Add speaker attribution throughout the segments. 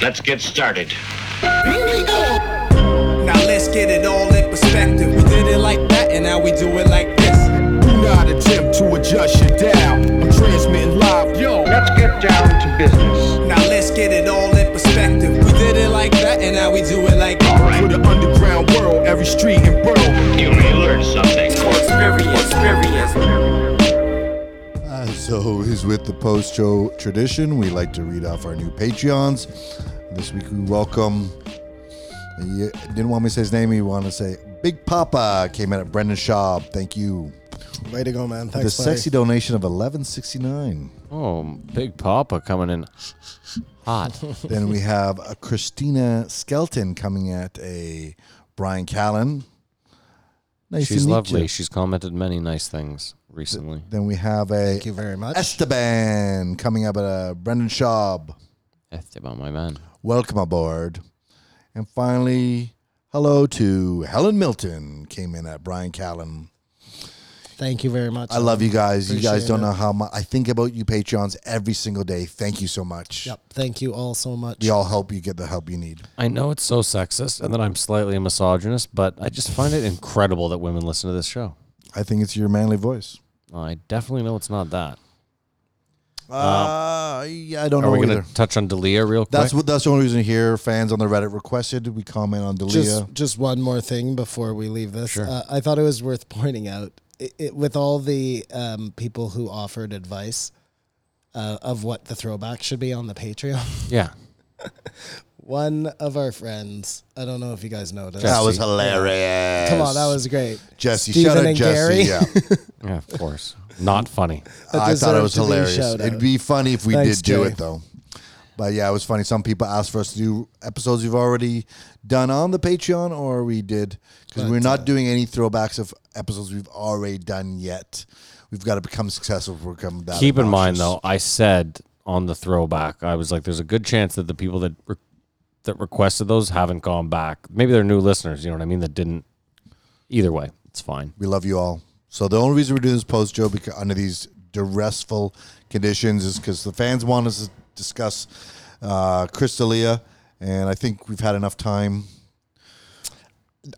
Speaker 1: Let's get started.
Speaker 2: Now let's get it all in perspective. We did it like that, and now we do it like this.
Speaker 3: Do not attempt to adjust your dial. I'm transmitting live. Yo,
Speaker 4: Let's get down to business.
Speaker 2: Now let's get it all in perspective. We did it like that, and now we do it like this.
Speaker 3: for the underground world, every street and borough.
Speaker 1: You may learn something.
Speaker 5: As always, Oh, with the post show tradition, we like to read off our new Patreons. This week we welcome, he didn't want me to say his name, he wanted to say Big Papa came in at Brendan Schaub. Thank you.
Speaker 6: Way to go, man.
Speaker 5: The
Speaker 6: Thanks, buddy.
Speaker 5: sexy donation of eleven sixty nine.
Speaker 7: Oh, Big Papa coming in hot.
Speaker 5: then we have a Christina Skelton coming at a Brian Callen. Nice
Speaker 7: She's
Speaker 5: to meet
Speaker 7: lovely.
Speaker 5: you.
Speaker 7: She's commented many nice things recently.
Speaker 5: Then we have a
Speaker 6: Thank you very much.
Speaker 5: Esteban coming up at a Brendan Schaub.
Speaker 7: Esteban, my man.
Speaker 5: welcome aboard. And finally, hello to Helen Milton, came in at Brian Callen.
Speaker 6: Thank you very much.
Speaker 5: I love you guys. you guys
Speaker 6: Appreciate
Speaker 5: don't
Speaker 6: it.
Speaker 5: know how much I think about you Patreons every single day. Thank you so much.
Speaker 6: Yep. Thank you all so much.
Speaker 5: We all help you get the help you need.
Speaker 7: I know it's so sexist and that I'm slightly a misogynist, but I just find it incredible that women listen to this show.
Speaker 5: I think it's your manly voice.
Speaker 7: I definitely know it's not that.
Speaker 5: Uh, yeah, I don't
Speaker 7: Are
Speaker 5: know
Speaker 7: we going
Speaker 5: either.
Speaker 7: to touch on Delia real quick?
Speaker 5: That's what. That's the only reason here. Fans on the Reddit requested we comment on Delia.
Speaker 6: just just one more thing before we leave this. Uh, I thought it was worth pointing out it, it, with all the um, people who offered advice uh, of what the throwback should be on the Patreon.
Speaker 7: yeah.
Speaker 6: one of our friends, I don't know if you guys noticed.
Speaker 5: that was hilarious.
Speaker 6: Come on, that was great.
Speaker 5: Jesse.
Speaker 6: Stephen
Speaker 5: shout out
Speaker 6: and
Speaker 5: Jesse.
Speaker 6: Gary.
Speaker 5: Yeah.
Speaker 7: Yeah, of course. Not funny.
Speaker 6: That
Speaker 5: I thought it
Speaker 6: deserved
Speaker 5: was
Speaker 6: to be
Speaker 5: hilarious.
Speaker 6: shout
Speaker 5: It'd
Speaker 6: out.
Speaker 5: be funny if we
Speaker 6: Thanks,
Speaker 5: did do
Speaker 6: Jay.
Speaker 5: it though. But yeah, it was funny. Some people asked for us to do episodes we've already done on the Patreon, or we did because we're
Speaker 6: uh,
Speaker 5: not doing any throwbacks of episodes we've already done yet. We've got to become successful. if We're become that.
Speaker 7: Keep in mind,
Speaker 5: obnoxious.
Speaker 7: though, I said on the throwback, I was like, there's a good chance that the people that re- that requested those haven't gone back. Maybe they're new listeners, you know what I mean? That didn't. Either way, it's fine.
Speaker 5: we love you all. So the only reason we're doing this post, Joe, because under these duressful conditions, is because the fans want us to discuss uh, Chris D'Elia, and I think we've had enough time.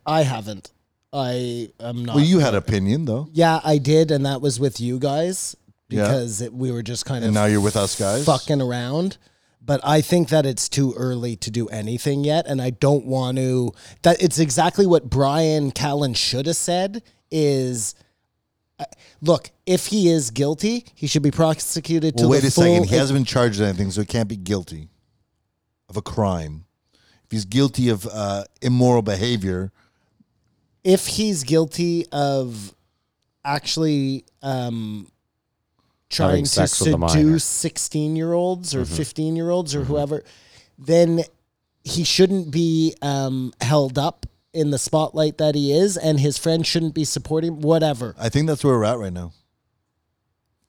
Speaker 6: I haven't. I am not.
Speaker 5: Well, you had opinion though.
Speaker 6: Yeah, I did, and that was with you guys
Speaker 5: Yeah.
Speaker 6: because it, we were just kind
Speaker 5: And
Speaker 6: of
Speaker 5: now you're with us guys.
Speaker 6: fucking around. But I think that it's too early to do anything yet, and I don't want to. That it's exactly what Brian Callen should have said. Is uh, look, if he is guilty, he should be prosecuted
Speaker 5: Well,
Speaker 6: to
Speaker 5: wait
Speaker 6: the
Speaker 5: a
Speaker 6: full.
Speaker 5: second. He hasn't been charged with anything, so he can't be guilty of a crime. If he's guilty of uh, immoral behavior,
Speaker 6: if he's guilty of actually um, trying
Speaker 7: Having
Speaker 6: to
Speaker 7: sex with a minor. Mm-hmm.
Speaker 6: seduce 16 year olds or 15 year olds or whoever, then he shouldn't be um, held up in the spotlight that he is, and his friends shouldn't be supporting whatever.
Speaker 5: I think that's where we're at right now.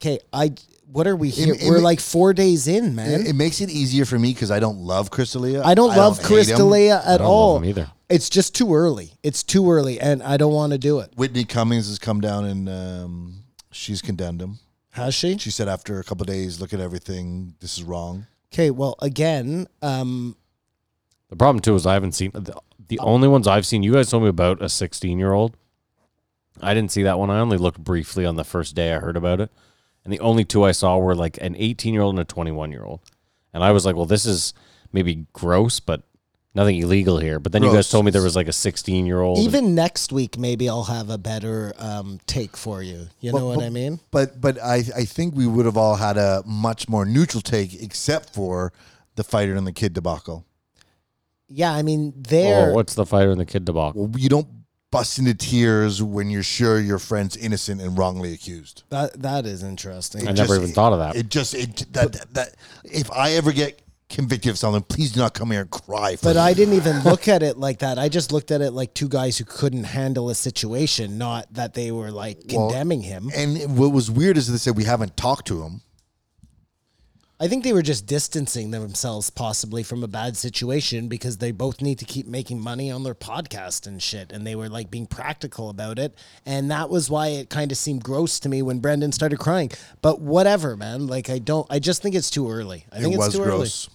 Speaker 6: Okay, I. What are we here?
Speaker 5: it
Speaker 6: We're
Speaker 5: ma-
Speaker 6: like four days in, man.
Speaker 5: It, it makes it easier for me because I don't love Chris D'Elia.
Speaker 6: I don't love
Speaker 5: hate
Speaker 6: Chris
Speaker 5: him.
Speaker 6: D'Elia
Speaker 7: I
Speaker 6: at
Speaker 7: don't
Speaker 6: all.
Speaker 7: love him either.
Speaker 6: It's just too early. It's too early, and I don't want to do it.
Speaker 5: Whitney Cummings has come down and um, she's condemned him.
Speaker 6: Has she?
Speaker 5: She said after a couple of days, look at everything. This is wrong.
Speaker 6: Okay. Well, again, um,
Speaker 7: The problem too is I haven't seen the, the only ones I've seen. You guys told me about a 16 year old. I didn't see that one. I only looked briefly on the first day I heard about it, and the only two I saw were like an 18 year old and a 21 year old, and I was like, well, this is maybe gross, but nothing illegal here. But then you
Speaker 5: Gross.
Speaker 7: guys told me there was like a 16 year old.
Speaker 6: even next week maybe i'll have a better um, take for you you know what i mean
Speaker 5: But but I, I think we would have all had a much more neutral take except for the fighter and the kid debacle.
Speaker 6: yeah i mean
Speaker 7: oh,
Speaker 6: there
Speaker 7: what's the fighter and the kid debacle?
Speaker 5: Well, you don't bust into tears when you're sure your friend's innocent and wrongly accused.
Speaker 6: that, that is interesting
Speaker 7: I never even thought of that.
Speaker 5: It just it that that, that if I ever get convicted of something, please do not come here and cry. For
Speaker 6: but
Speaker 5: me.
Speaker 6: i didn't even look at it like that i just looked at it like two guys who couldn't handle a situation not that they were like condemning him
Speaker 5: and what was weird is they said we haven't talked to him.
Speaker 6: i think they were just distancing themselves possibly from a bad situation because they both need to keep making money on their podcast and shit and they were like being practical about it and that was why it kind of seemed gross to me when brendan started crying but whatever man like i don't i just think it's too early i think
Speaker 5: it
Speaker 6: it's
Speaker 5: was
Speaker 6: too early
Speaker 5: gross.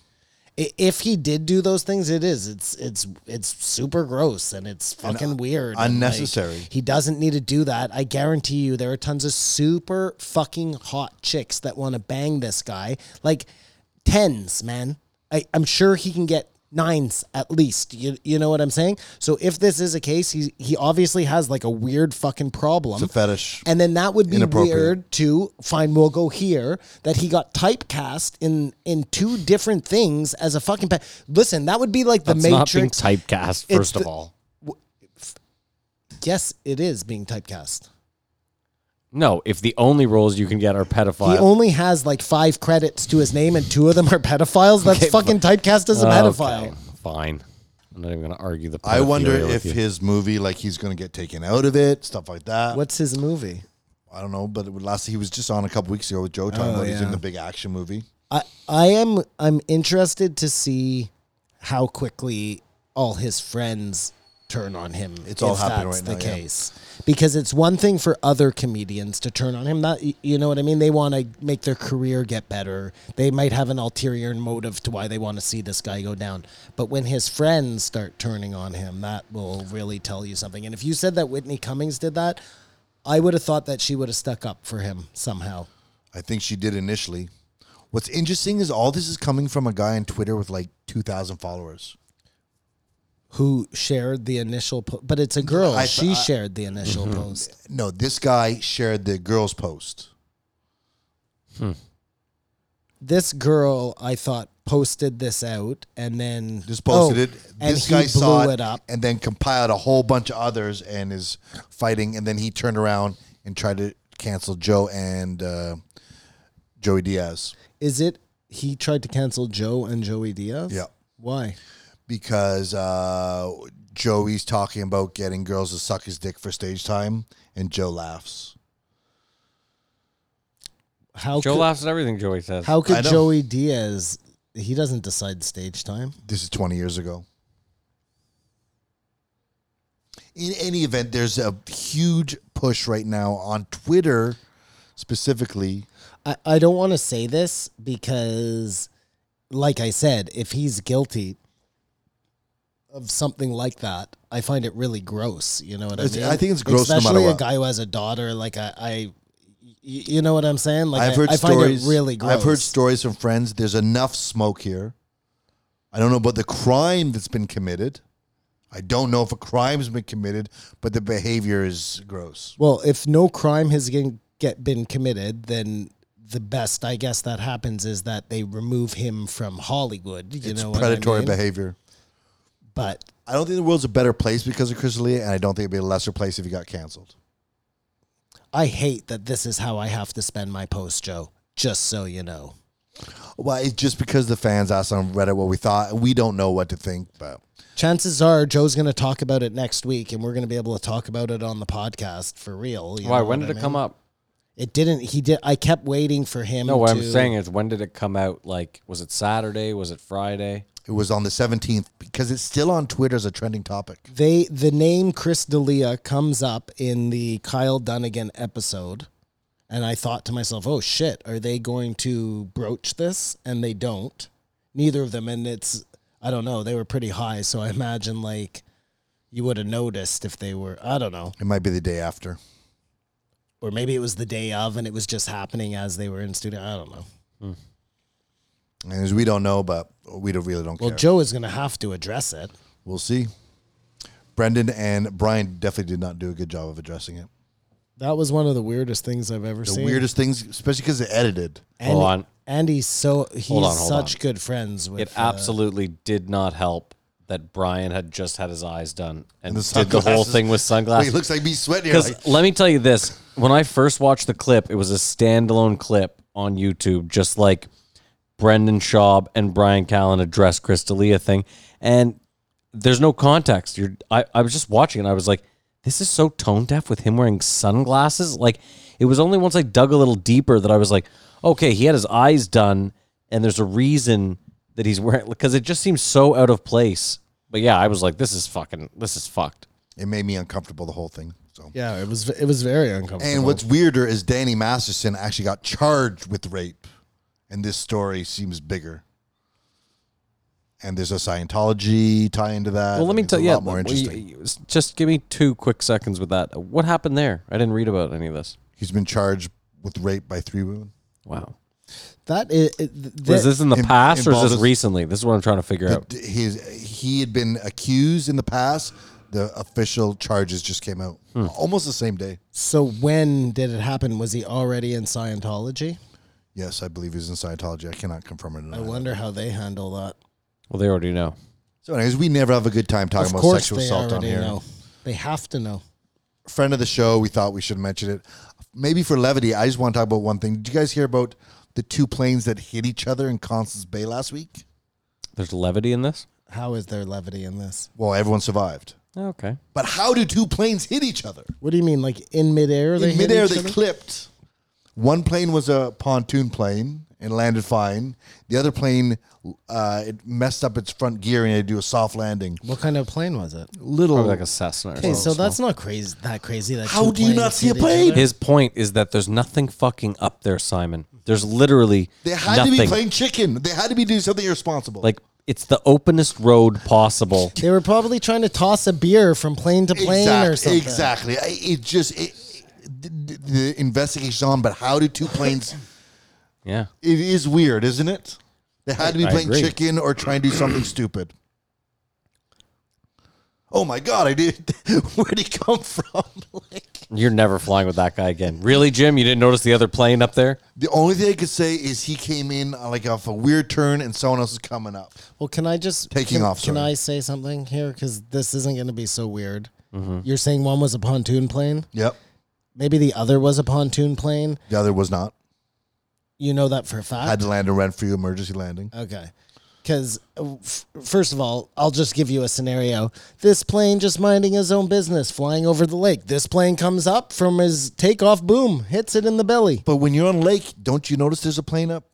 Speaker 6: I- If he did do those things, it is. It's it's it's super gross and it's fucking weird. and, like,
Speaker 5: uh, unnecessary.
Speaker 6: he doesn't need to do that. I guarantee you there are tons of super fucking hot chicks that want to bang this guy. Like tens, man. I, I'm sure he can get nines at least. You you know what I'm saying? So if this is a case, he he obviously has like a weird fucking problem.
Speaker 5: It's a fetish.
Speaker 6: And then that would be
Speaker 5: Inappropriate.
Speaker 6: weird to find we'll go here that he got typecast in in two different things as a fucking pa- listen, that would be like the
Speaker 7: That's not being
Speaker 6: matrix.
Speaker 7: typecast,
Speaker 6: It's
Speaker 7: first of
Speaker 6: the-
Speaker 7: all.
Speaker 6: yes, it is being typecast.
Speaker 7: No, if the only roles you can get are pedophile.
Speaker 6: He only has like five credits to his name, and two of them are pedophiles. That's
Speaker 7: Okay,
Speaker 6: fucking typecast as a pedophile.
Speaker 7: Okay, fine. I'm not even going to argue the
Speaker 5: I wonder
Speaker 7: pedophilia
Speaker 5: if
Speaker 7: with you.
Speaker 5: his movie, like he's gonna get taken out of it, stuff like that.
Speaker 6: What's his movie?
Speaker 5: I don't know, but it would last he was just on a couple weeks ago with Joe talking about he's in the big action movie.
Speaker 6: I I am I'm interested to see how quickly all his friends turn on him.
Speaker 5: It's all
Speaker 6: if
Speaker 5: happening
Speaker 6: that's
Speaker 5: right
Speaker 6: the
Speaker 5: now, yeah.
Speaker 6: case. Because it's one thing for other comedians to turn on him. Not you know what I mean. They want to make their career get better. They might have an ulterior motive to why they want to see this guy go down. But when his friends start turning on him, that will really tell you something. And if you said that Whitney Cummings did that, I would have thought that she would have stuck up for him somehow.
Speaker 5: I think she did initially. What's interesting is all this is coming from a guy on Twitter with like two thousand followers.
Speaker 6: who shared the initial po- but it's a girl
Speaker 5: I-
Speaker 6: she
Speaker 5: I-
Speaker 6: shared the initial post
Speaker 5: No, this guy shared the girl's post.
Speaker 6: this girl i thought posted this out and then
Speaker 5: Just posted
Speaker 6: oh,
Speaker 5: it. This
Speaker 6: and he
Speaker 5: guy
Speaker 6: blew
Speaker 5: saw
Speaker 6: it up
Speaker 5: and then compiled a whole bunch of others and is fighting. And then he turned around and tried to cancel Joe and uh, Joey Diaz
Speaker 6: is it he tried to cancel joe and joey diaz
Speaker 5: Yeah.
Speaker 6: why
Speaker 5: because uh, Joey's talking about getting girls to suck his dick for stage time, and Joe laughs.
Speaker 6: how
Speaker 7: Joe
Speaker 6: could,
Speaker 7: laughs at everything Joey says.
Speaker 6: how
Speaker 5: I
Speaker 6: could
Speaker 5: know.
Speaker 6: joey diaz he doesn't decide stage time
Speaker 5: This is 20 years ago. In any event, there's a huge push right now on Twitter specifically.
Speaker 6: I, I don't want to say this because, like I said, if he's guilty of something like that, I find it really gross. You know what I
Speaker 5: It's-
Speaker 6: mean?
Speaker 5: I think it's gross no matter
Speaker 6: especially a
Speaker 5: what.
Speaker 6: guy who has a daughter. Like I, I y- you know what I'm saying? Like
Speaker 5: I've heard
Speaker 6: I, I find
Speaker 5: stories.
Speaker 6: it really gross.
Speaker 5: I've heard stories from friends. There's enough smoke here. I don't know about the crime that's been committed. I don't know if a crime's been committed, but the behavior is gross.
Speaker 6: Well, if no crime has been, get been committed, then the best I guess that happens is that they remove him from Hollywood. You
Speaker 5: it's
Speaker 6: know,
Speaker 5: predatory
Speaker 6: what I mean?
Speaker 5: behavior.
Speaker 6: But
Speaker 5: I don't think the world's a better place because of Chris Lee, and I don't think it'd be a lesser place if he got canceled.
Speaker 6: I hate that this is how I have to spend my post, Joe. Just so you know.
Speaker 5: Well, it's just because the fans asked on Reddit what we thought. We don't know what to think, but
Speaker 6: Chances are Joe's going to talk about it next week, and we're going to be able to talk about it on the podcast for real. you
Speaker 7: Why?
Speaker 6: know
Speaker 7: When
Speaker 6: what
Speaker 7: did
Speaker 6: I
Speaker 7: it come
Speaker 6: mean?
Speaker 7: up?
Speaker 6: It didn't. He did. I kept waiting for him.
Speaker 7: No, what
Speaker 6: to,
Speaker 7: I'm saying is, when did it come out? Like, was it Saturday? Was it Friday?
Speaker 5: it was on the 17th because it's still on Twitter as a trending topic.
Speaker 6: they the name Chris D'elia comes up in the Kyle Dunnigan episode, and I thought to myself, "Oh shit, are they going to broach this?" And they don't. Neither of them, and it's I don't know. They were pretty high, so I imagine like you would have noticed if they were. I don't know.
Speaker 5: It might be the day after.
Speaker 6: or maybe it was the day of and it was just happening as they were in studio. I don't know.
Speaker 5: And as we don't know, but we don't, really don't
Speaker 6: Well,
Speaker 5: care.
Speaker 6: Joe is going to have to address it.
Speaker 5: We'll see. Brendan and Brian definitely did not do a good job of addressing it.
Speaker 6: That was one of the weirdest things I've ever
Speaker 5: The
Speaker 6: seen.
Speaker 5: weirdest things, especially because it edited.
Speaker 6: And,
Speaker 7: Hold on.
Speaker 6: And he's so he's
Speaker 7: Hold on, hold
Speaker 6: such
Speaker 7: on.
Speaker 6: good friends with.
Speaker 7: It
Speaker 6: uh,
Speaker 7: absolutely did not help that Brian had just had his eyes done and,
Speaker 5: the
Speaker 7: did the whole
Speaker 5: sunglasses.
Speaker 7: thing with
Speaker 5: Wait, it
Speaker 7: sunglasses.
Speaker 5: looks like me sweating. You're
Speaker 7: Because
Speaker 5: Like,
Speaker 7: let me tell you this: when I first watched the clip, it was a standalone clip on YouTube, just like Brendan Schaub and Brian Callen address Crystalia thing, and there's no context. You're, I, I was just watching, and I was like, this is so tone deaf with him wearing sunglasses. Like, it was only once I dug a little deeper that I was like, okay, he had his eyes done, and there's a reason that he's wearing because it just seems so out of place. But yeah, I was like, this is fucking, this is fucked.
Speaker 5: it made me uncomfortable the whole thing. So.
Speaker 6: Yeah, it was it was very uncomfortable.
Speaker 7: Uh-huh.
Speaker 5: And what's weirder is Danny Masterson actually got charged with rape, and this story seems bigger. and there's a Scientology tie into that.
Speaker 7: Well, let
Speaker 5: and
Speaker 7: me
Speaker 5: it's
Speaker 7: tell
Speaker 5: a
Speaker 7: you. Yeah,
Speaker 5: lot more
Speaker 7: well, you-
Speaker 5: interesting.
Speaker 7: you- s- just give me two quick seconds with that. What happened there? I didn't read about any of this.
Speaker 5: He's been charged with rape by three women.
Speaker 7: Wow.
Speaker 6: That is, it,
Speaker 7: Was this in the
Speaker 5: in-
Speaker 7: past or is
Speaker 5: involves
Speaker 7: this
Speaker 5: us-
Speaker 7: recently? This is what I'm trying to figure
Speaker 5: The-
Speaker 7: out.
Speaker 5: his he had been accused in the past. The official charges just came out
Speaker 7: Hmm.
Speaker 5: almost the same day.
Speaker 6: so when did it happen? Was he already in Scientology?
Speaker 5: Yes, I believe he's in Scientology. I cannot confirm it.
Speaker 6: I wonder how they handle that.
Speaker 7: Well, they already know.
Speaker 5: So, anyways, we never have a good time talking
Speaker 6: Of
Speaker 5: about
Speaker 6: course,
Speaker 5: sexual
Speaker 6: they
Speaker 5: assault on
Speaker 6: already
Speaker 5: here.
Speaker 6: know. They have to know.
Speaker 5: Friend of the show, we thought we should mention it. Maybe for levity, I just want to talk about one thing. Did you guys hear about the two planes that hit each other in Constance Bay last week?
Speaker 7: There's levity in this.
Speaker 6: How is there levity in this?
Speaker 5: Well, everyone survived.
Speaker 7: Okay.
Speaker 5: But how do two planes hit each other?
Speaker 6: What do you mean, like in midair? They
Speaker 5: in
Speaker 6: hit
Speaker 5: midair,
Speaker 6: each
Speaker 5: they
Speaker 6: other?
Speaker 5: clipped. One plane was a pontoon plane and landed fine. The other plane, uh, it messed up its front gear and had to do a soft landing.
Speaker 6: What kind of plane was it?
Speaker 5: Little.
Speaker 7: Probably like a Cessna. Or
Speaker 6: Okay, so
Speaker 7: something
Speaker 6: that's not crazy. That crazy. That
Speaker 5: How
Speaker 6: two
Speaker 5: do you not
Speaker 6: planes
Speaker 5: see a
Speaker 6: hit each
Speaker 5: plane?
Speaker 6: other?
Speaker 7: His point is that there's nothing fucking up there, Simon. There's literally
Speaker 5: they had
Speaker 7: nothing.
Speaker 5: to be playing chicken. They had to be doing something irresponsible.
Speaker 7: like it's the openest road possible.
Speaker 6: They were probably trying to toss a beer from plane to plane or
Speaker 5: exactly.
Speaker 6: something.
Speaker 5: Exactly. I- It just it, the, the investigation's on, but how do two planes?
Speaker 7: Yeah.
Speaker 5: it is weird, isn't it? They had to be
Speaker 7: I
Speaker 5: playing
Speaker 7: agree.
Speaker 5: chicken or trying to do something stupid. Oh my god! I did. Where'd he come from? like,
Speaker 7: You're never flying with that guy again. Really, Jim? You didn't notice the other plane up there?
Speaker 5: The only thing I could say is he came in uh, like off a weird turn, and someone else is coming up.
Speaker 6: Well, can I just
Speaker 5: Taking
Speaker 6: can,
Speaker 5: off,
Speaker 6: Can
Speaker 5: sorry.
Speaker 6: I say something here? Because this isn't going to be so weird. You're saying one was a pontoon plane.
Speaker 5: Yep.
Speaker 6: Maybe the other was a pontoon plane.
Speaker 5: The other was not.
Speaker 6: You know that for a
Speaker 5: Had
Speaker 6: fact.
Speaker 5: to land a Renfrew emergency landing.
Speaker 6: Okay. Because f- first of all, I'll just give you a scenario. This plane just minding his own business, flying over the lake. This plane comes up from his takeoff, boom, hits it in the belly.
Speaker 5: But when you're on lake, don't you notice there's a plane up?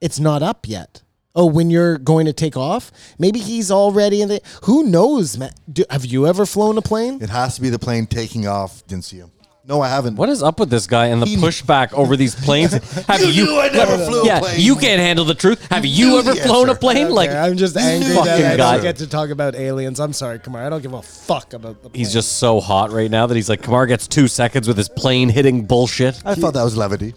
Speaker 6: it's not up yet. Oh, when you're going to take off, maybe he's already in the. Who knows, man? Do, have you ever flown a plane?
Speaker 5: It has to be the plane taking off. Didn't see him. No, I haven't.
Speaker 7: What is up with this guy and the
Speaker 5: He-
Speaker 7: pushback over these planes? Have
Speaker 5: You knew I never flew a
Speaker 7: yeah,
Speaker 5: plane.
Speaker 7: You can't handle the truth. Have you,
Speaker 5: knew
Speaker 7: ever
Speaker 5: the
Speaker 7: flown a
Speaker 5: answer.
Speaker 7: plane? like
Speaker 6: I'm just angry
Speaker 7: fucking
Speaker 6: that I
Speaker 7: guy.
Speaker 6: don't get to talk about aliens. I'm sorry, Kamar. I don't give a fuck about the. Plane.
Speaker 7: He's just so hot right now that he's like, Kamar gets two seconds with his plane hitting bullshit.
Speaker 5: I thought that was levity.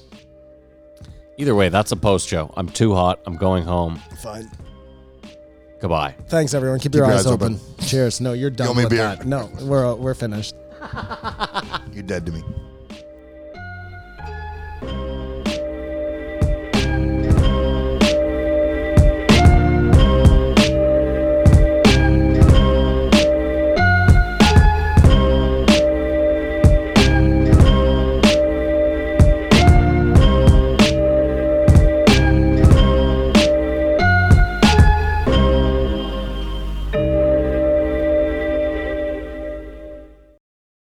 Speaker 7: Either way, that's a post show. I'm too hot. I'm going home.
Speaker 6: fine.
Speaker 7: Goodbye.
Speaker 6: Thanks, everyone. Keep, your,
Speaker 5: your
Speaker 6: eyes,
Speaker 5: eyes
Speaker 6: open. Cheers. No, you're done
Speaker 5: me
Speaker 6: with
Speaker 5: beer.
Speaker 6: that. No, we're we're finished.
Speaker 5: You're dead to me.